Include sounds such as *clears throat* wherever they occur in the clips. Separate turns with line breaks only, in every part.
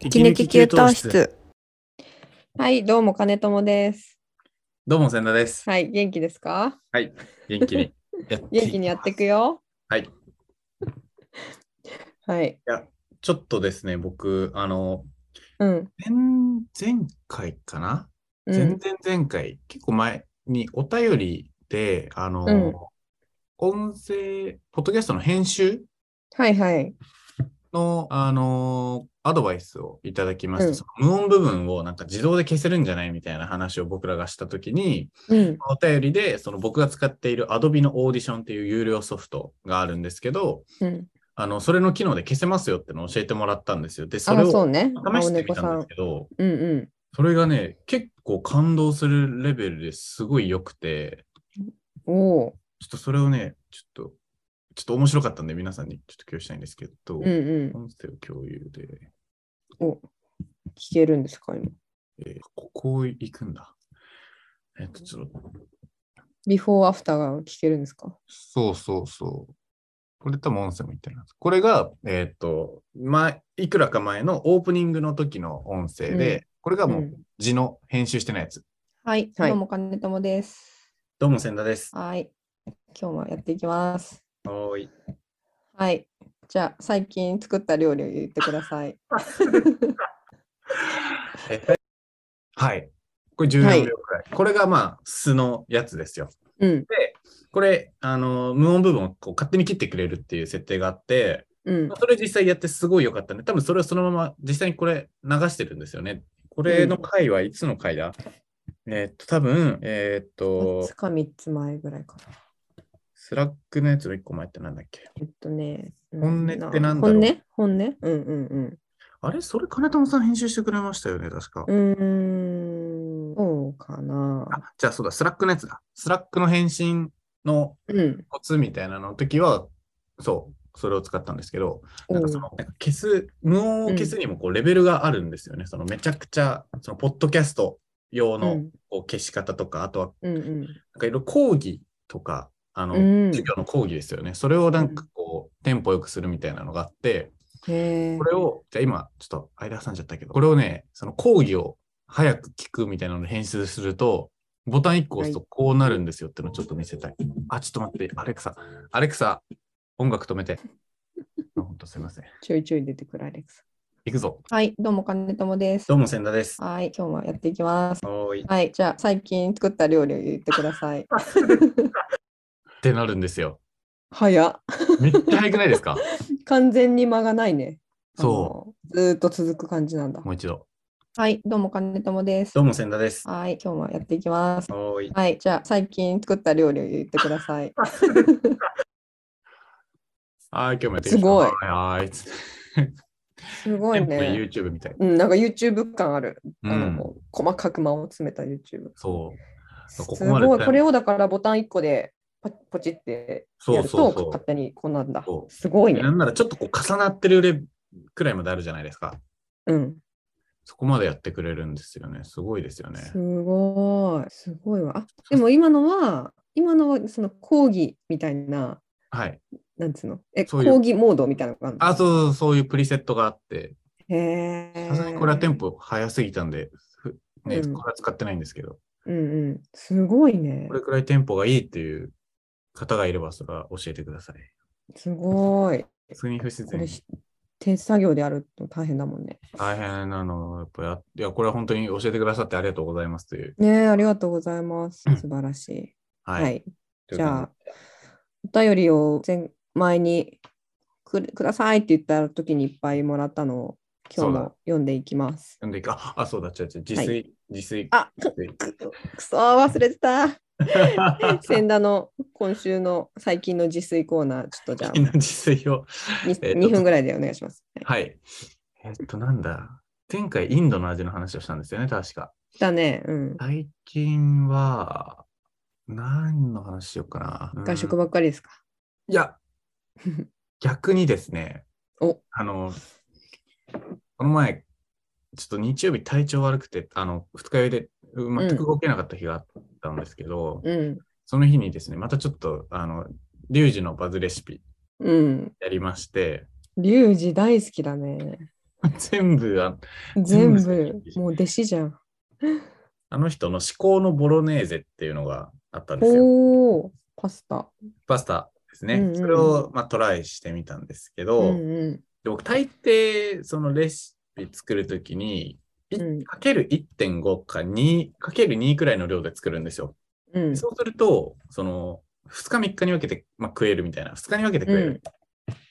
息抜き給湯室。
はい、どうも金友です。
どうも、千田です。
はい、元気ですか？
元 *laughs* 気に。やって
元気にやっていくよ。
はい。
はい。
ちょっとですね、僕、あの、
うん。
前前回かな、
う
前
ん。
々前回、結構前にお便りで、あの、
うん
音声、ポッドキャストの編集
はいはい。
の、あの、アドバイスをいただきまして、
うん
その無音部分をなんか自動で消せるんじゃないみたいな話を僕らがしたときに、
うん。
お便りで、その僕が使っている Adobe のオーディションっていう有料ソフトがあるんですけど、
うん。
あの、それの機能で消せますよってのを教えてもらったんですよ。で、それ
あ、
を
そうね。
試
青
してみ
猫さ
たんで
ん
す。けど、
うんう
それがね、結構感動するレベルですごい良くて、
ん。おお。
ちょっとそれをね、ちょっと、ちょっと面白かったんで皆さんにちょっと共有したいんですけど、
うんう
音声を共有で、
ん。お。聞けるんですか今。
えーここ行くんだ。えっと、ちょっと、
ビフォーアフターが聞けるんですか？
そうそうそう。これ多分音声も言ってるな。これが、えっと、ま、いくらか前のオープニングの時の音声で、
う
これが
う。
もうん字の編集してないやつ。
はい、
はい
どうも金友です。
どうも、千田です。
はい。今日もやっていきます。
おーい。
はい。じゃあ最近作った料理を言ってください。
はい。これ14秒
は
くら
い
い。これがまあ、素のやつですよ。
うん
これ、あの、無音部分をこう勝手に切ってくれるっていう設定があって、
うん
まあそれ実際やってすごい良かったね。多分それをそのまま実際にこれ流してるんですよね。これの回はいつの回だ、えーっと、多分、えーっ
二
と
つ、か三つ前ぐらいかな。
スラックのやつの1個前ってなんだっけ
えっとね、
本音って
な
なんだろう
本音本音うんうん
あれそれ金友さん編集してくれましたよね、確か。
うん。うーん、そうかな。
あ、じゃあそうだ、スラックのやつだ。スラックの返信の
うん。
コツみたいなのの時は、そう、それを使ったんですけど、なんかそのなんか消す、無音を消すにもこうレベルがあるんですよね。そのめちゃくちゃ、そのポッドキャスト用
う
の
ん
こう消し方とか、あとは
うんうん
なんかいろいろ講義とか、あの、
うん
授業の講義ですよね。それをなんかこう、テンポよくするみたいなのがあって、
へえ
こ。れを、じゃあ今、ちょっと間挟んじゃったけど、これをね、その講義を早く聞くみたいなので編集すると、ボタン1個押すとこうなるんですよってのをちょっと見せたい。あ、ちょっと待って、アレクサ、アレクサ、音楽止め *laughs* て。あほんとすいません。
ちょいちょい出てくるアレックス。
いくぞ。
はい、どうも金友です。
どうも、千田です。
はい、今日もやっていきます。
おーい。っ
はい、じゃあ最近作った料理を言ってください。
てなるんですよ。
*laughs* 早っ。
めっちゃ早くないです *laughs* か
完全に間がないね。。
そう
ずーっと続く感じなんだ
う。。もう一度。
はい、どうも金友です。
どうも、千田です。
はい、今日もやっていきます。
おーい。
はい、じゃあ最近作った料理を言ってください。
はい、今日もやって
すごい
はーい。す
*laughs* すごいね。
YouTube みたい。
うん、なんか YouTube 感ある。
う
あの
ん。
こう細かく間を詰めた YouTube。
そう。
す
ここまで
ご
全
い。
部
これをだからボタン1個でパチポチって
そ
や
う
る
そ
と
うそう
勝。手にこうなんだ
そ。う
すごいね
な。んならちょっとこう重なってるレくらいまであるじゃないですか。
うん。
そこまでやってくれるんですよね。すごいですよね。
すごい。すごいわ。あでも今のは、今のはその講義みたいな、
はい。
なんつうのえ、
そういう
講義モードみたいなのがあるの
あ、そうそう、そういうプリセットがあって、
へえ。
さすがにこれはテンポ早すぎたんで、ふね、
うん
これは使ってないんですけど、
うんうん。すごいね
こ。れくらいテンポがいいっていう方がいれば、それは教えてください。
すごい。
普通に不自
こ
然
れし手作業でやると大変だもんね。
大変なの、やっぱや、いや、これは本当に教えてくださってありがとうございますという。
ねえ、ありがとうございます。素晴らしい。
はい。
はい。
という
じゃあ
感、
お便りを前前にくれくださいって言った時にいっぱいもらったのを今日
そう
も読んでいきます。
読んでいく。あ、あそうだ、違う違う、自炊、自炊。 *laughs*
あくくくそー忘れてた。千田の今週の最近の自炊コーナー、ちょっとじゃ
みんな自炊を。
あ 2,
えっと
分ぐらいでお願いします。はい
はい。えっと、なんだ。前回、インドの味の話をしたんですよね、確か。
だね、うん。
最近は、何の話しようかな。
外食
ば
ばっかりですか。
い
*laughs*
や、逆にですね、
お
あの、この前、ちょっと日曜日体調悪くて、あの、二日酔いでうん全く動けなかった日があったんですけど、
うん。
その日にですね、またちょっと、あの、リュウジのバズレシピ
うん。
やりまして、 *laughs*
リュウジ大好きだね。
全部あ、全
全部
部、
もう弟子じゃん。
あの人の至高のボロネーゼっていうのがあったんですよ。
おお。
パスタ。
パスタですね。
うんうんうん
それを、まあ、トライしてみたんですけど、
うんう
で僕大抵そのレシピ作るときに、い
うん
かける1.5か2かける2くらいの量で作るんですよ。
ん。うん。
そうすると、その2日3日に分けて、まあ、食えるみたいな、2日に分けて食える。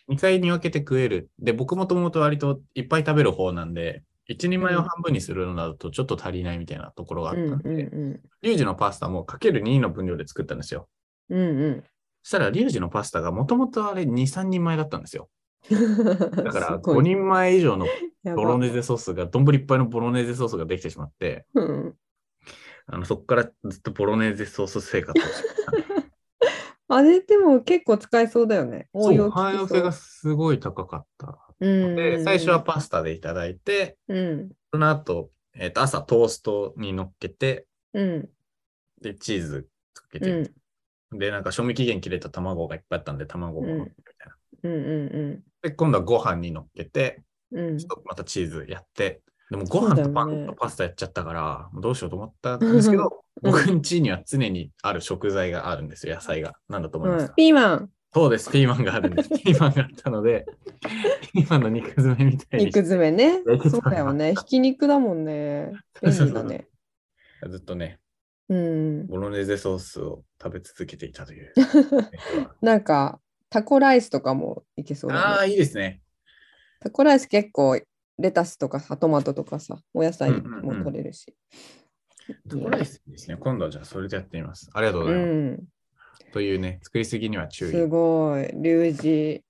2回に分けて食える。で、僕もともと割といっぱい食べる方なんで、1人前を半分にするのだとちょっと足りないみたいなところがあっ
う
た
ん
んで、
うん
リュウジのパスタもかける2の分量で作ったんですよ。
うん。うんうん。
そしたらリュウジのパスタがもともとあれ2、3人前だったんですよ。
*laughs*
だ
だ
から5人前以上のボロネ
ー
ーゼソースが、丼いっぱいのボロネーゼソースができてしまって、
ゼ。うん
あのそこからずっとボロネーゼソース生活をしてました。
あれでも結構使えそうだよね。応
そ
用
う、
利きそう
汎用性がすごい高かった。
うんうんう
で、
ん
最初はパスタでいただいて、
うん
その後、えっと朝トーストに乗っけて、
うん
で、チーズかけ
うんうん
て、で、なんか賞味期限切れた卵がいっぱいあったんで、卵を乗っけてみたいな。
うん
で、今度はご飯に乗っけて、
うん
ちょっとまたチーズやって、でもご
そうだ
飯
よ
と
ね
パンとパスタやっちゃったから、どうしようと思ったんですけど、
うん
僕ん家には常にある食材があるんですよ、野菜が。なんだと思います
はい
か、
ピーマン
そうです、ピーマンがある
*laughs*
んです。ピーマンがあったので、ピーマンの肉詰めみたいに
肉
して
詰めね
焼いてた
そうだよ
*laughs*
ねひき肉だもんね
そう
便
そうそう
利だね
ずっとね、
うん
ボロネーゼソースを食べ続けていたと
*laughs*
いう。
なんかタコライスとかもいけそうだ
あ
ね
あ、いいですね。
タコライス結構レタスとかさトマトとかさお野菜も取れるし
タコライスいいですね。今度はじゃあそれでやってみます。ありがとうご
う
ざいます。
ん
というね、作りすぎには注意。
すごいリュウジ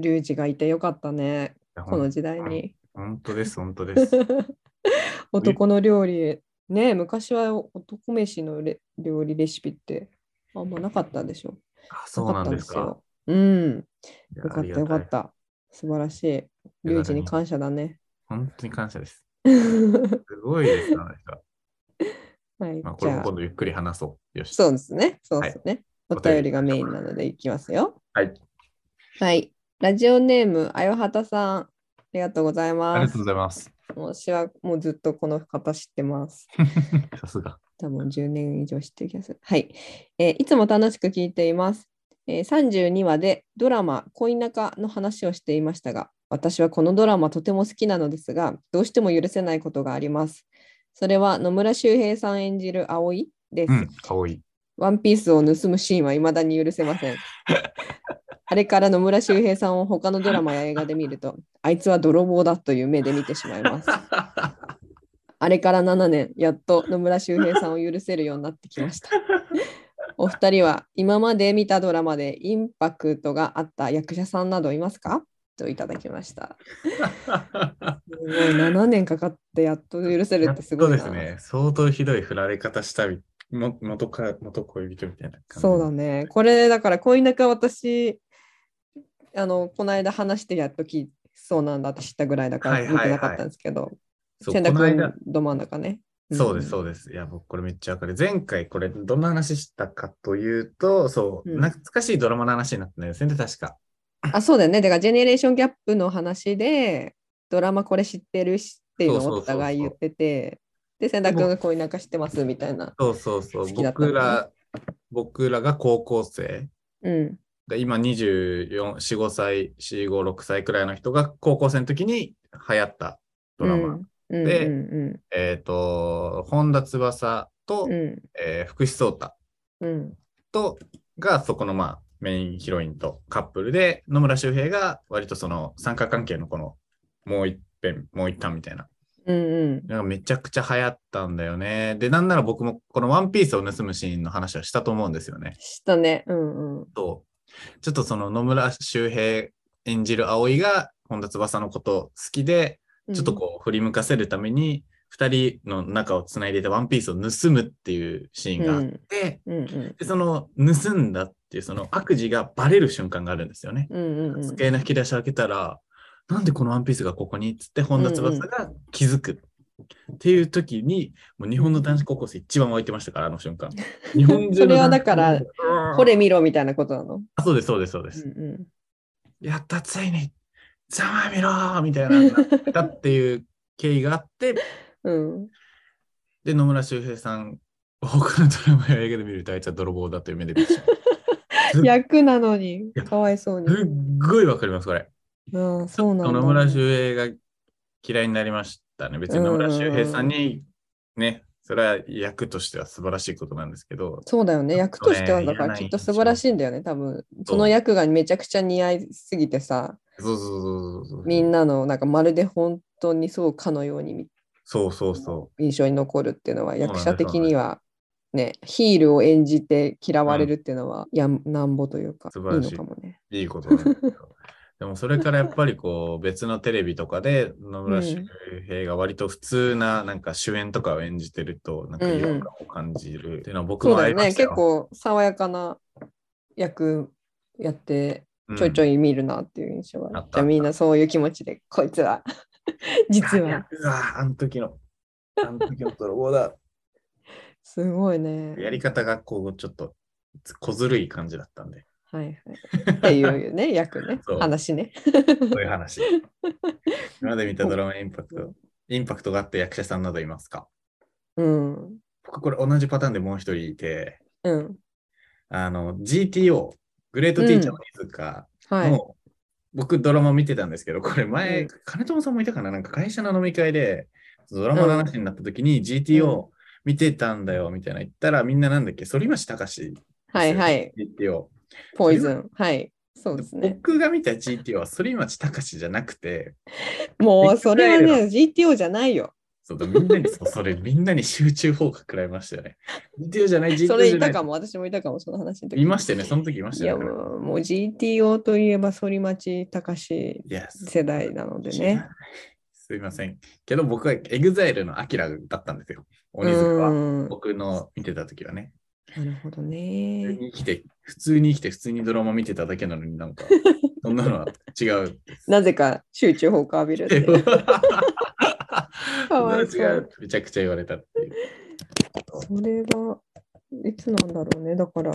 リュウジがいてよかったねこの時代に
本当です、本当です。
男の料理ね昔は男飯のレ料理レシピってあんまなかったでしょ
あそうなんですか。
なかったんですようんよかっ
いや
たよか。
ありが
っ
い
た素晴らしいリュウジに感謝だね *laughs*
本当に感謝です。
は
すごいです、なん
*laughs*
か。
い
まあ、こ
じ
れ
ゃ
も
あ
今度ゆっくり話そう。よし。
そうですねそうですね、
はい
お便りがメインなのでいきますよ
はい。
はいラジオネームあよはたさんありがとうござい
あり
ま
がと
す
うございます。
私はもうずっとこの方知ってます
さすが。
多分10年以上知ってる気がする。はい。えーいつも楽しく聞いています。えー32話でドラマ「恋仲」の話をしていましたが、私はこのドラマとても好きなのですが、どうしても許せないことがあります。それは野村周平さん演じる葵です。
うん、か
*laughs*
わいい。
ワンピースを盗むシーンは未だに許せませ
*laughs*
ん。あれから野村周平さんを他のドラマや映画で見ると、あいつは泥棒だという目で見てしまいます。あれから7年、やっと野村周平さんを許せるようになってき
*laughs*
ました。お二人は今まで見たドラマでインパクトがあった役者さんなどいますかといただきました。すごい7年かかってやっと許せるってすごいな。
そうですね。相当ひどい振られ方したり、も元か元恋人みたいな感じ。
そうだね。これだから恋仲私あのこの間話してやっときそうなんだって知ったぐらいだか
は
ら
い
見
はいはい
てなかったんですけど、
そう。
千田
この間
君ど真ん中ね。
そうです、そううです。いや、僕これめっちゃわかる。前回これどんな話したかというと、そう、
うん
懐かしいドラマの話になったんですよね、確か。
ん。あそうだよね。だからジェネレーションギャップの話でドラマこれ知ってるしっていうの
そう
を
そうそ
お
うそう
互い言っててで千田君が恋仲知ってますみたいな。
そうそうそう。
好きだった
僕
のね
ら、僕らが高校生。
うん
で今24、4、5歳、4、5、6歳くらいの人が高校生の時に流行ったドラマ。
うんうん
で
うん
えっ、と、本田翼と、
うんうん
えー福士蒼太
うん
とがそこのまあメインヒロインとカップルで野村周平が割とその三角関係のこのもう一遍もう一旦みたいな
うん
なんかめちゃくちゃ流行ったんだよねでなんなら僕もこの「ワンピースを盗むシーンの話はしたと思うんですよね
したね。うんうん
とちょっとその野村周平演じる葵が本田翼のこと好きで
うん。
ちょっとこう振り向かせるために2人の仲をつないでいたワンピースを盗むっていうシーンがあって、
うんうん
で、その盗んだっていうその悪事がバレる瞬間があるんですよね。
うんうんうん。
机の引き出しを開けたら、なんでこのワンピースがここにっつって本田翼が気づく。っていう時に、もう日本の男子高校生一番湧いてましたから、あの
*laughs*
瞬間。日本中の男子
それはだから
高校生、
これ見ろみたいなことなの。
あそうです、そうです、そうで
う
す。
ん
やった、ついにざまあみろーみたいなのがあったっていう経緯があって、
うん。
で、野村周平さん、他のドラマや映画で見るとあいつは泥棒だという目で見てしまう。す
役なのに
や、
かわいそうに。
すっごいわかります、これ。
うん、そうなんだ。
野村周平が嫌いになりましたね。別に野村周平さんに、ね、それは役としては素晴らしいことなんですけど、
そうだよね。役としては、だか
いら
ら
ない
きっと素晴らしいんだよね、多分。
そう
その役がめちゃくちゃ似合いすぎてさ、
そうそうそうそうそう。
みんなの、なんかまるで本当にそうかのように
そうそうそ
印象に残るっていうのは、
うなんで
役
す
者的には、ね、ヒールを演じて嫌われるっていうのは、やんなんぼというか、い
素晴
い
らしい
のかもね。
う。いいことなんですけど。でもそれからやっぱりこう別のテレビとかで野村周平が割と普通ななんか主演とかを演じてるとなんか違和感を感じるっていうのは僕
そう
もあ
だ
り
よ
ま
ね。
した
結
よ。
構爽やかな役やって、ちょいちょ
い。
い見るなっていう印象はある
あった
じゃあみんなそういう気持ちで、こいつは、 *laughs* 実
いや
は、。
うわあの時の、あの時の泥棒だ。
すごいね。
やり方がこうちょっと小ずるい感じだったんで、
はいはい。っていうね、役ね
*laughs* そう、
話ね。
そういう
*laughs*
話。今まで見たドラマのインパクト、インパクトがあった役者さんなどいますか
うん。
僕これ同じパターンでもう一人いて、
うん。
あの GTO、グレートティーチャーの飯塚
はい。
の、僕ドラマ見てたんですけど、これ前、
うん
金友さんもいたかななんか会社の飲み会で、ドラマの話になった時に GTO 見てたんだよみたいな言ったら、みんななんだっけ、反町隆史ですよ
はいはい。。
GTO。
ポイズン。はい。そうですね。
僕が見た GTO は反町隆史じゃなくて、
もうそれは
ビッグ
ね、GTO じゃないよ。
そうだみんなにそうそ
*laughs*
れ、みんなに集中砲火食らいましたよね。GTO じゃない、GTO じゃない。
*laughs* それいたかも、私もいたかも、その話の時
いましたよね、その時いまし
い
た
や
よね。
もう、もう GTO といえば、反町隆史
いや
世代なのでね。。
すいません。けど僕は EXILE のアキラだったんですよ。鬼塚は。
うん
僕の見てた時はね。
なるほ
普
ど
通
ね。
に生きて、普通に生きて、普通にドラマ見てただけなのになん
*laughs*
か、そんなのは違う。
なぜか集中砲火浴びるっていう。
か
わいそう
めちゃくちゃ言われたっていう。
*laughs* それがいつなんだろうね。だから、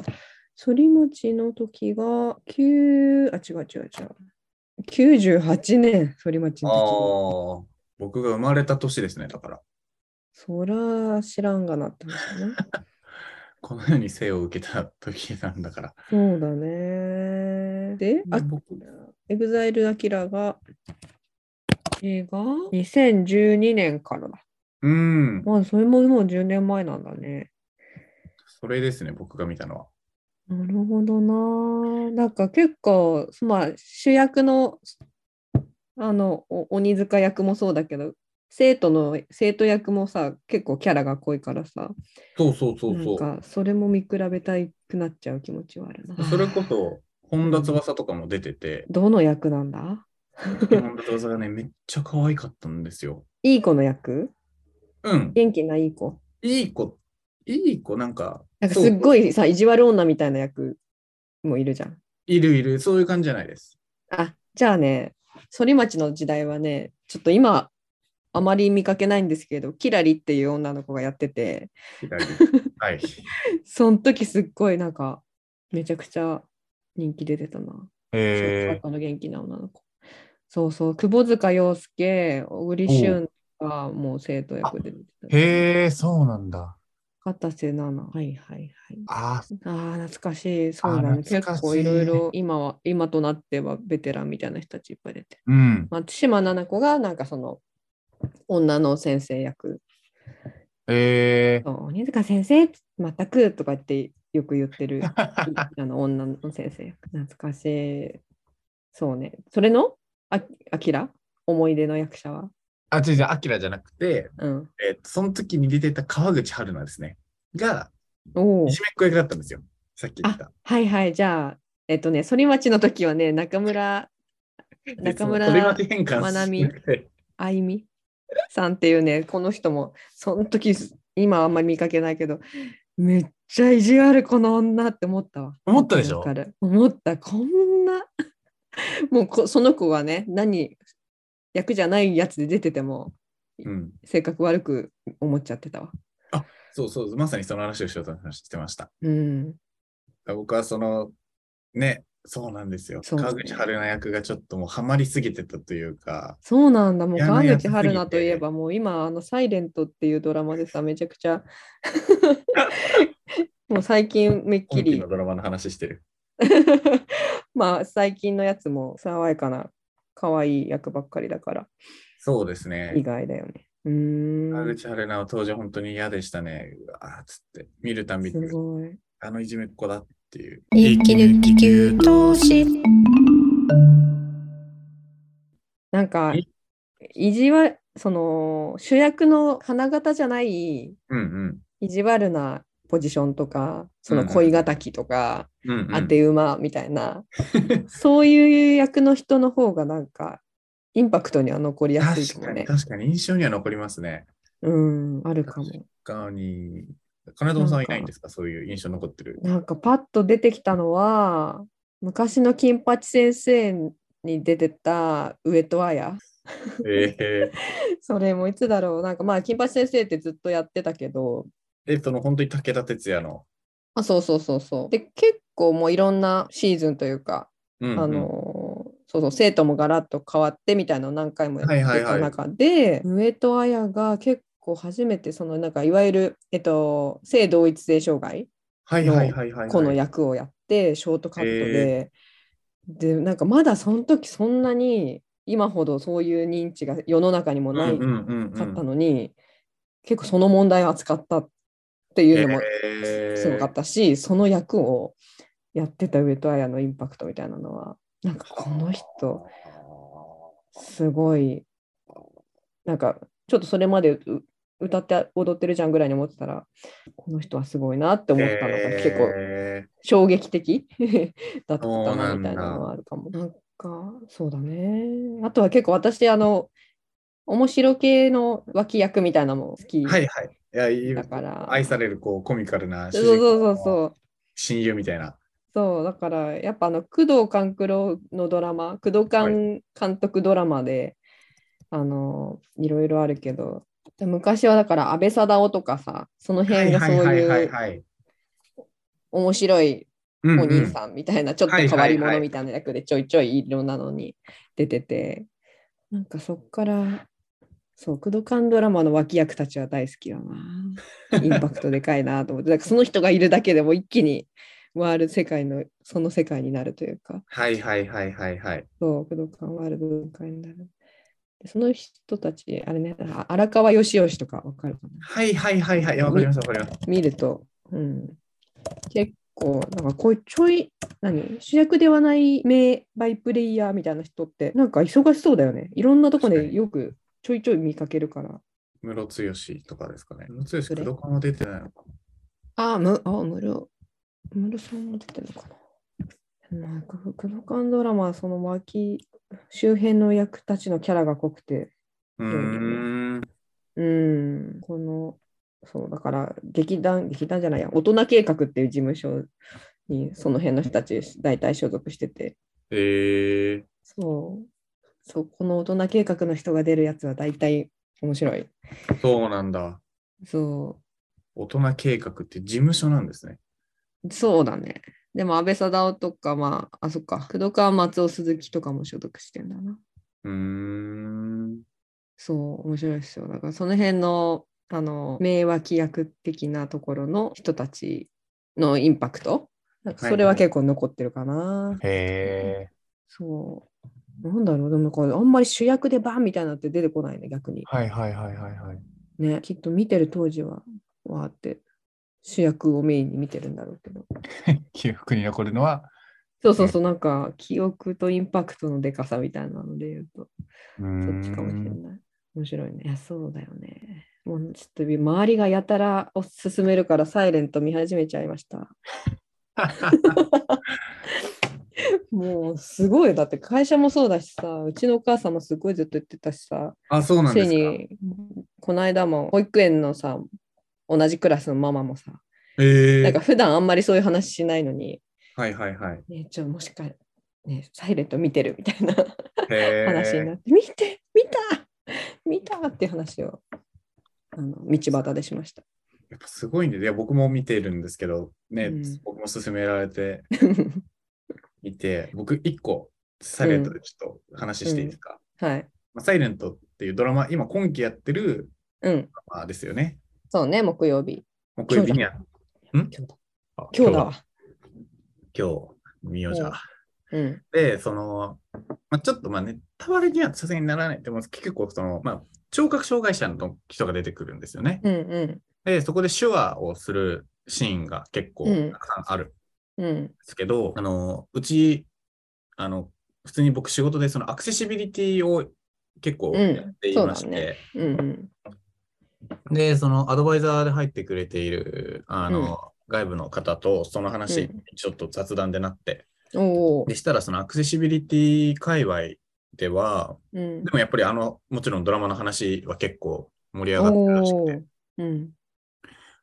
反町の時が、9、あ、違う違う違う。98年、反町
あ
の時。
あ、僕が生まれた年ですね、だから。
そら知らんがなってますね。
このように生を受けた時なんだから。
そうだね。で、あ
僕
エグザイルアキラが、映画 ?2012 年からだ。
うん、
まあ、それももう10年前なんだね。
それですね、僕が見たのは。
なるほどな。なんか結構、まあ、主役の、あの、お鬼塚役もそうだけど、生徒の生徒役もさ、結構キャラが濃いからさ、
そうそうそうそう。
なんかそれも見比べたくなっちゃう気持ちはあるな。
それこそ、本田翼とかも出てて、
どの役なんだ
本田翼がね、めっちゃ可愛かったんですよ。
いい子の役
うん、
元気ないい子。
いい子、いい子、なんか、
なんかすっ
そう
ごいさ、意地悪女みたいな役もいるじゃん。
いるいる、そういう感じじゃないです。
あ、じゃあね、反町の時代はね、ちょっと今、あまり見かけないんですけど、キラリっていう女の子がやってて、
左 *laughs* はい。
その時すっごいなんか、めちゃくちゃ人気出てたな。サッ
え
カーの元気な女の子。そうそう、窪塚洋介、小栗旬がもう生徒役で出てた。
へえ、そうなんだ。
片瀬奈々。はいはいはい。
あ
ああ、懐かしい。そうだ
あ
ね。
懐かしい
結構いろいろ今は、今となってはベテランみたいな人たちいっぱい出て。
うん。
松島菜々子がなんかその女の先生役。
え
そう鬼塚先生全くとか言ってよく言っ
*laughs*
てる
ー。
あの女の先生役。懐かしい。そうね。それのああきら思い出の役者は。
あ、違う違う、アキラじゃなくて、
うん。
えっとその時に出てた川口春奈ですね。が、
おお
い。じめっ子役だったんですよ。さっき言った。
はいはい。じゃあ、えっとね、反町の時はね、中村中村
それまで変換
まなみ
しなくて
あゆみさんっていうね、この人も、その時、今あんまり見かけないけど、めっちゃ意地悪この女って思ったわ。
思ったでしょ
わかる思った、こんな。もうこその子はね、何、役じゃないやつで出てても、
*laughs* うん。
性格悪く思っちゃってたわ。
そうそう、まさにその話をしようとしてました。
うん。
僕はその、ね、そうなんですよ。
そう
川口春奈役がちょっともうハマりすぎてたというか、
そうなんだ、もう
いや
川
もう安す
口
ぎて
春奈といえば、もう今、あの、サイレントっていうドラマでさ、めちゃく
*laughs*
ちゃ、もう最近めっき
今期
り
の、ドラマの話してる。
*laughs* まあ、最近のやつも爽やかな、可愛い役ばっかりだから、
そうですね
意。外だよね。うー
川
ん、
口春奈は当時本当に嫌でしたね。うわーっつって、見るたんびに
す、ごい。
あのいじめっ子だっていう。
息抜き給湯室。
なんか
え、
意地は、その、主役の花形じゃない、
うんうん。
意地悪なポジションとか、そ
うん
の
うん
恋敵とか、
うんうん、
当て馬みた
*laughs*
いな、そういう役の人の方がなんかインパクトには残りやすい
確
か
か
も
に
ね。
確かに印象には残りますね。
うん、あるかも。
他に、金友さんはいないんですかそういう印象残ってる。
なんかパッと出てきたのは昔の金八先生に出てた上戸彩 *laughs*
えー、 *laughs*
それもいつだろうなんかまあ金八先生ってずっとやってたけど
えその本当に武田鉄矢の。
あそうそうそうそうで結構もういろんなシーズンというか、
うんうん
あのーそうそう生徒もガラッと変わってみたいなのを何回もやって
はいはいは
た
い
中で、上戸彩が結構初めてそのなんかいわゆる、えっと、性同一性障害
はいはいはいはい、はい。
この役をやってショートカットで、でなんかまだその時そんなに今ほどそういう認知が世の中にもない
うん
か
うんうんうん
ったのに、結構その問題を扱ったっていうのも
えー
すごかったし、その役をやってた上戸彩のインパクトみたいなのはなんかこの人すごいなんかちょっとそれまでう歌って踊ってるじゃんぐらいに思ってたらこの人はすごいなって思ったのが結構
え
衝撃的 *laughs* だった
そうな
なんみ
だ
たいなのはあるかも。なんかそうだねあとは結構私あの面白系の脇役みたいなのも好き
ーはいはい。いやいい
だから、
愛されるこうコミカルな
そうそうそう
う
そう
親友みたいな。
そうだからやっぱあの工藤官九郎のドラマ工藤官監督ドラマで、あのいろいろあるけど昔はだから安倍貞夫とかさその辺がそういう
はい。
面白い
お
お兄さんみたいな、ちょっと変わり
はいはいは
者
い
みたいな役でちょいちょいいろんなのに出ててなんかそっからそう工藤官ドラマの脇役たちは大好きだ
*laughs*
なインパクトでかいなと思ってだからその人がいるだけでも一気にワールド世界のその世界になるというか
はいはいはいはいはい。
そう工藤官ワールド世界になるでその人たちあれねあ荒川よしよしとかわかるかな
はいはいはいはい。いやわかりますわかります。
見ると、うん、結構なんかこういうちょい何主役ではない名バイプレイヤーみたいな人ってなんか忙しそうだよねいろんなとこ
確か
で
に
よくちょいちょい見かけるから
ムロツヨシとかですかね。ムロツヨシ、
それ
クドカンは出てないのか。
あむあむろむろさんも出てるのかななんか福の館ドラマはその脇周辺の役たちのキャラが濃くて
う
う
ーん。
うんこのそうだから劇団劇団じゃないや大人計画っていう事務所にその辺の人たち大体所属してて
えー、
そう。そう、この大人計画の人が出るやつは大体面白い。
そうなんだ。
そ
大人計画って事務所なんですね。
う。そうだね。でも、安倍貞夫とか、まあ、あ、そっか、工藤川松尾鈴木とかも所属してんだな。
うーん。
そう、面白いですよ。だから、その辺の、あの、名脇役的なところの人たちのインパクト。なんかそれは結構残ってるかな。
へえ。
そう。なんだろう、でもなんか、あんまり主役でバンみたいなのって出てこないね、逆に。
はいはいはいはいはい。
ね、きっと見てる当時は、わーって主役をメインに見てるんだろうけど。
記憶に残るのは、
そうそうそう、なんか記憶とインパクトのでかさみたいなので言うと、
そ
そっちかもしれない。面白いね。いや、そうだよね。もうちょっと周りがやたらおすすめるから、サイレント見始めちゃいました。 *laughs* もうすごい、だって会社もそうだしさ、うちのお母さんもすごいずっと言ってたしさ、
あ、そうなん
つ
で
い
すか。
にこの間も保育園のさ、同じクラスのママもさ、
え
なん
ー
か、普段あんまりそういう話しないのに、
はいはいはい。
ね、ちょもしか、ね、サイレント見てるみたいな
へー
*laughs* 話になって、見て、見た見たっていう話をあの道端でしました。 *laughs*
やっぱすごいんで、いや僕も見てるんですけど、ね、
うん
僕も勧められて、い
*laughs*
て、僕1個、サイレントでちょっと話していいですか。
はい。
まあ、サイレントっていうドラマ、今今期やってる
うん。
ドラマですよね。
そうね、木曜日。
木曜日にや
今日だ。
あ
今日だわ。
今日、見ようじゃあ。
うん。
で、その、まあ、ちょっとまあネタバレにはさすがにならないと思うんですけど、結構その、まあ、聴覚障害者の人が出てくるんですよね。
うんう
で、そこで手話をするシーンが結構
うん
たくさんあるんで
ん。うん。
すけど、あの、うち、あの、普通に僕仕事でそのアクセシビリティを結構
うん
やっていまして、
そうだねうんうん。
で、そのアドバイザーで入ってくれている、あの、外部の方とその話、
うん
ちょっと雑談でなって、
おお
で。したらそのアクセシビリティ界隈では、
うん
で。もやっぱりあの、もちろんドラマの話は結構盛り上がってるらし
お
く
お
て
ー。うん。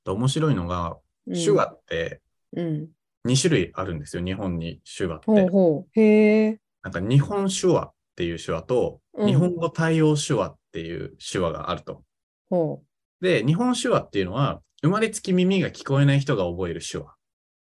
で、面白いのが、
うん
手話。って
うん。
2種類あるんですよ、日本に手話って。
ほうほう。へえ。
なんか日本手話っていう手話と、
うん
日本語対応手話っていう手話があると。
ほう。
で、日本手話っていうのは、生まれつき耳が聞こえない人が覚える手話。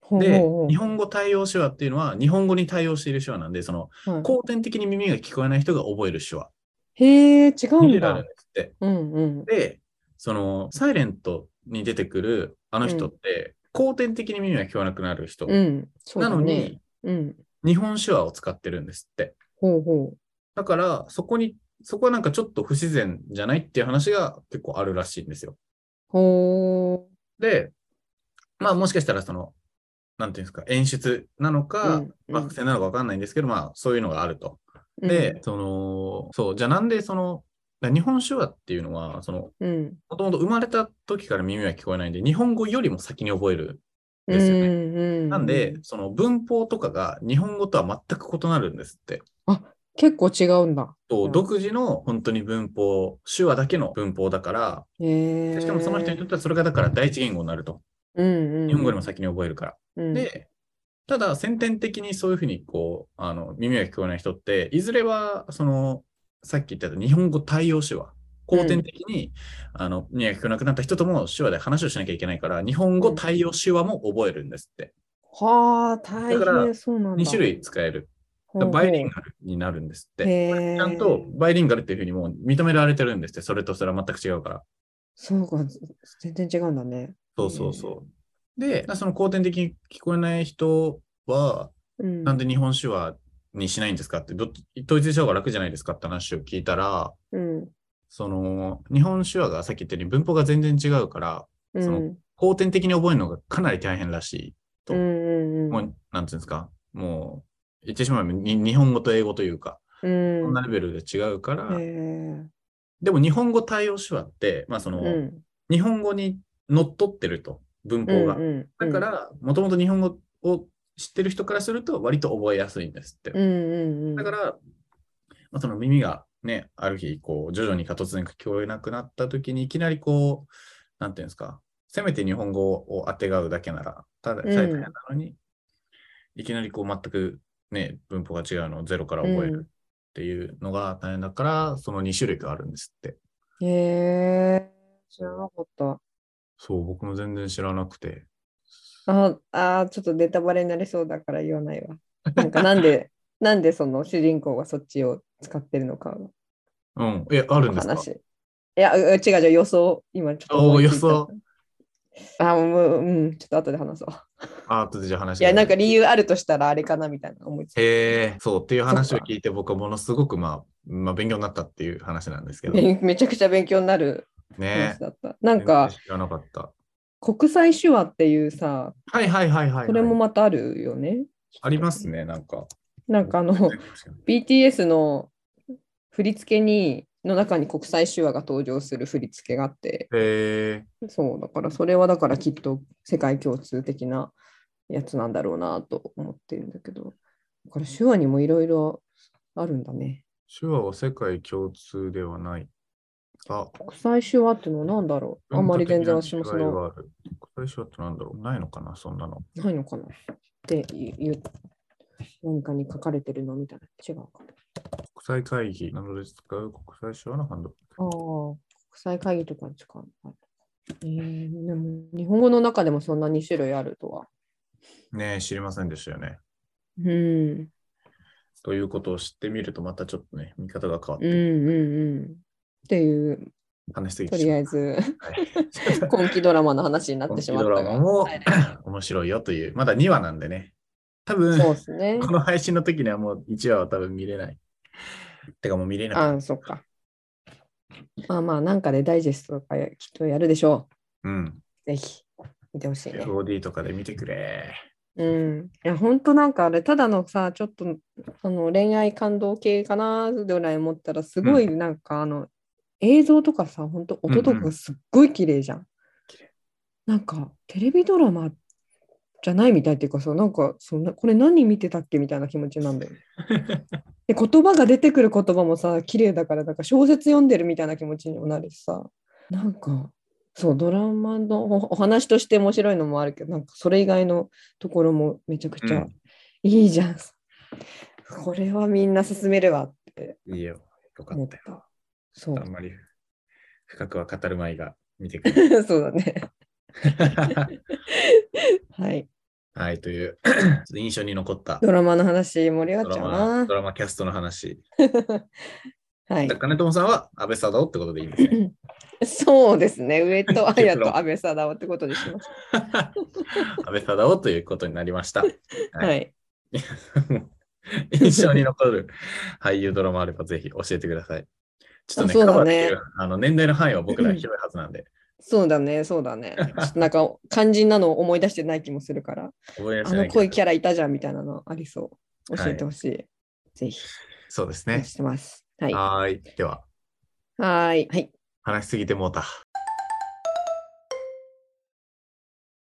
ほう
で
ほうほ、
日本語対応手話っていうのは、日本語に対応している手話なんで、その、
う。はい
後天的に耳が聞こえない人が覚える手話。
へえ、違う
二種
ん
類あるん
だ
で。すって。
うんうん。
で、その、サイレントに出てくるあの人って、後天的に耳が聞こえなくなる人。
うん。そう
な
だ
の
ね。
に、
うん。
日本手話を使ってるんですって。
ほうほう。
だから、そこに、そこはなんかちょっと不自然じゃないっていう話が結構あるらしいんですよ。
ほ
で、まあもしかしたらその、なんていうんですか、演出なの
う。
か、
うん
学生なのかわかんないんですけど、まあそういうのがあると。で、、その、そう、じゃあなんでその、だから日本手話っていうのは、その、
うんうん。
もともと生まれた時から耳は聞こえないんで、日本語よりも先に覚える。
うん
ですよね
うん。
なんで、、その文法とかが日本語とは全く異なるんですって。
結構違うんだ。
そう
うん
独自の本当に文法、手話だけの文法だから、
へえ。
しかもその人にとってはそれがだから第一言語になると。
うんうん。
日本語よりも先に覚えるから。
うん。
で、ただ先天的にそういうふうにこう、あの、耳が聞こえない人って、いずれは、その、さっき言った日本語対応手話。後天的に、あの、耳が聞こえなくなった人とも手話で話をしなきゃいけないから、日本語対応手話も覚えるんですって。
はあ、大
だから
変そうなんだ。
2種類使える。
ほうほう。
バイリンガルになるんですって。
へえ。
ちゃんとバイリンガルっていうふうにもう認められてるんですって。それとそれは全く違うから。
そうか、全然違うんだね。
そうそうそう。で、だからその後天的に聞こえない人は、
うん。
なんで日本手話にしないんですかって、どっち統一した方が楽じゃないですかって話を聞いたら、
うん。
その、日本手話がさっき言ったように文法が全然違うから、
うん。
その
うん
後天的に覚えるのがかなり大変らしと
うん
い。
う
も
ん。
う、なんていうんですか、もう、言ってしまえばに日本語と英語というか、
うん
そんなレベルで違うから、
へえ。
でも日本語対応手話って、まあその、
うん。
日本語にのっとってると、文法が。
うんう
だ
ん
か、ら、もともと日本語を知ってる人からすると、割と覚えやすいんですって。
うんうんうん。
だから、まあ、その耳がね、ある日、こう、徐々にか突然聞こえなくなった時に、いきなりこう、なんていうんですか、せめて日本語をあてがうだけなら、ただ、
うん
最後なのに、いきなりこう、全くね、文法が違うのをゼロから覚えるっていうのが大変だから、その2種類があるんですって。
へえ。知らなかった。
そう、僕も全然知らなくて。
ああー、ちょっとネタバレになりそうだから言わない
*laughs*
わ。なんかなんで、なんでその主人公がそっちを使ってるのか
うん、え、あるんですか
話。いや、う違う違う、予想。今ちょっと思いついた。
おー
あ、もう、うん、ちょっと後で話そう。
あー、後でじゃあ話
いや、なんか理由あるとしたらあれかなみたいな思いついた。
へえ、そうっていう話を
そっか
聞いて、僕はものすごく、まあ、まあ、勉強になったっていう話なんですけど。
めめちゃくちゃ勉強になる
ね
話だった。なん
全
か
然知らなかった。
国際手話っていうさ、
はいはいはいはい、はい。
それもまたあるよね。
ありますね、なんか。
なんかあの、BTS の振り付けに、の中に国際手話が登場する振り付けがあって、
へえ、
そう、だからそれはだからきっと世界共通的なやつなんだろうなと思ってるんだけど、だから手話にもいろいろあるんだね。
手話は世界共通ではない。あ、
国際手話ってのは何だろうあんまり全然私もそ
文
の
化的な違いはある国際手話ってなんだろうないのかな、そんなの。
ないのかなっていう何かに書かれてるのみたいな違うかな
国際会議などで使う国際手話のハンドル。
ああ国際会議とかに使うのかなえー、でも日本語の中でもそんな2種類あるとは
ねえ、知りませんでしたよね。
うん。うん
ということを知ってみると、またちょっとね、見方が変わっ
うん
て、
うん。っていう、
話しすぎ
と
てし
り
ま
あ
う
えず、
はい
今期ドラマの話になってしまった
ド
が
ラマも
はい
*clears throat* 面白いよという、まだ2話なんでね、多分
そうですね。
この配信の時にはもう1話は多分見れない。てかもう見れない。
あ、そっか。まあまあ、なんかでダイジェストとかやきっとやるでしょ
うん。
う。ぜひ、見てほしいね。
FOD とかで見てくれ。
うん。いや、ほんとなんかあれ、ただのさ、ちょっとあの恋愛感動系かなぐらい思ったら、すごいなんか、あの、映像とかさ、ほんと音とか
うんう
がすっごい綺麗じゃん。
綺麗
なんか、テレビドラマじゃないみたいっていうかさ、なんか、そんな、これ何見てたっけみたいな気持ちなんだよね。で、言葉が出てくる言葉もさ、綺麗だから、なんか小説読んでるみたいな気持ちにもなるしさ、なんか、そう、ドラマのおお話として面白いのもあるけど、なんかそれ以外のところもめちゃくち
う
ゃ
ん
いいじゃん。これはみんな勧めるわって
いいよ。よか
思っ
ったよ。
た。そう
あんまり深くは語る前が見てくれ。
う。 *laughs* そうだね。 *laughs* はい。
はい、という印象に残った
ドラマの話盛り上
ド
がっち
ラ
ゃう
マ
な
ド。ラマキャストの話。
はい。
金友さんは安倍サダヲってことでいいん
*laughs*
ですね。
そうですね。上
*laughs*
戸彩と安倍貞夫ってことにします。
安倍サダヲということになりました。はい
はい。
*laughs* 印象に残る俳優ドラマあればぜひ教えてください。ちょっとね、
あそう
カバ
だ
ー
ね
できるあの年代の範囲は僕ら広いはずなんで、
そうだね、そうだね。ちょっとなんか肝心なのを思い出してない気もするから、
覚えら
あ
せな
の
いけ
濃い
ど。
キャラいたじゃんみたいなのありそう。教えてほしい。ぜひ、
そうです
お待
ね
ちし。てます。はい。は
はーい。では、
ーい。はい。
話しすぎてもうた。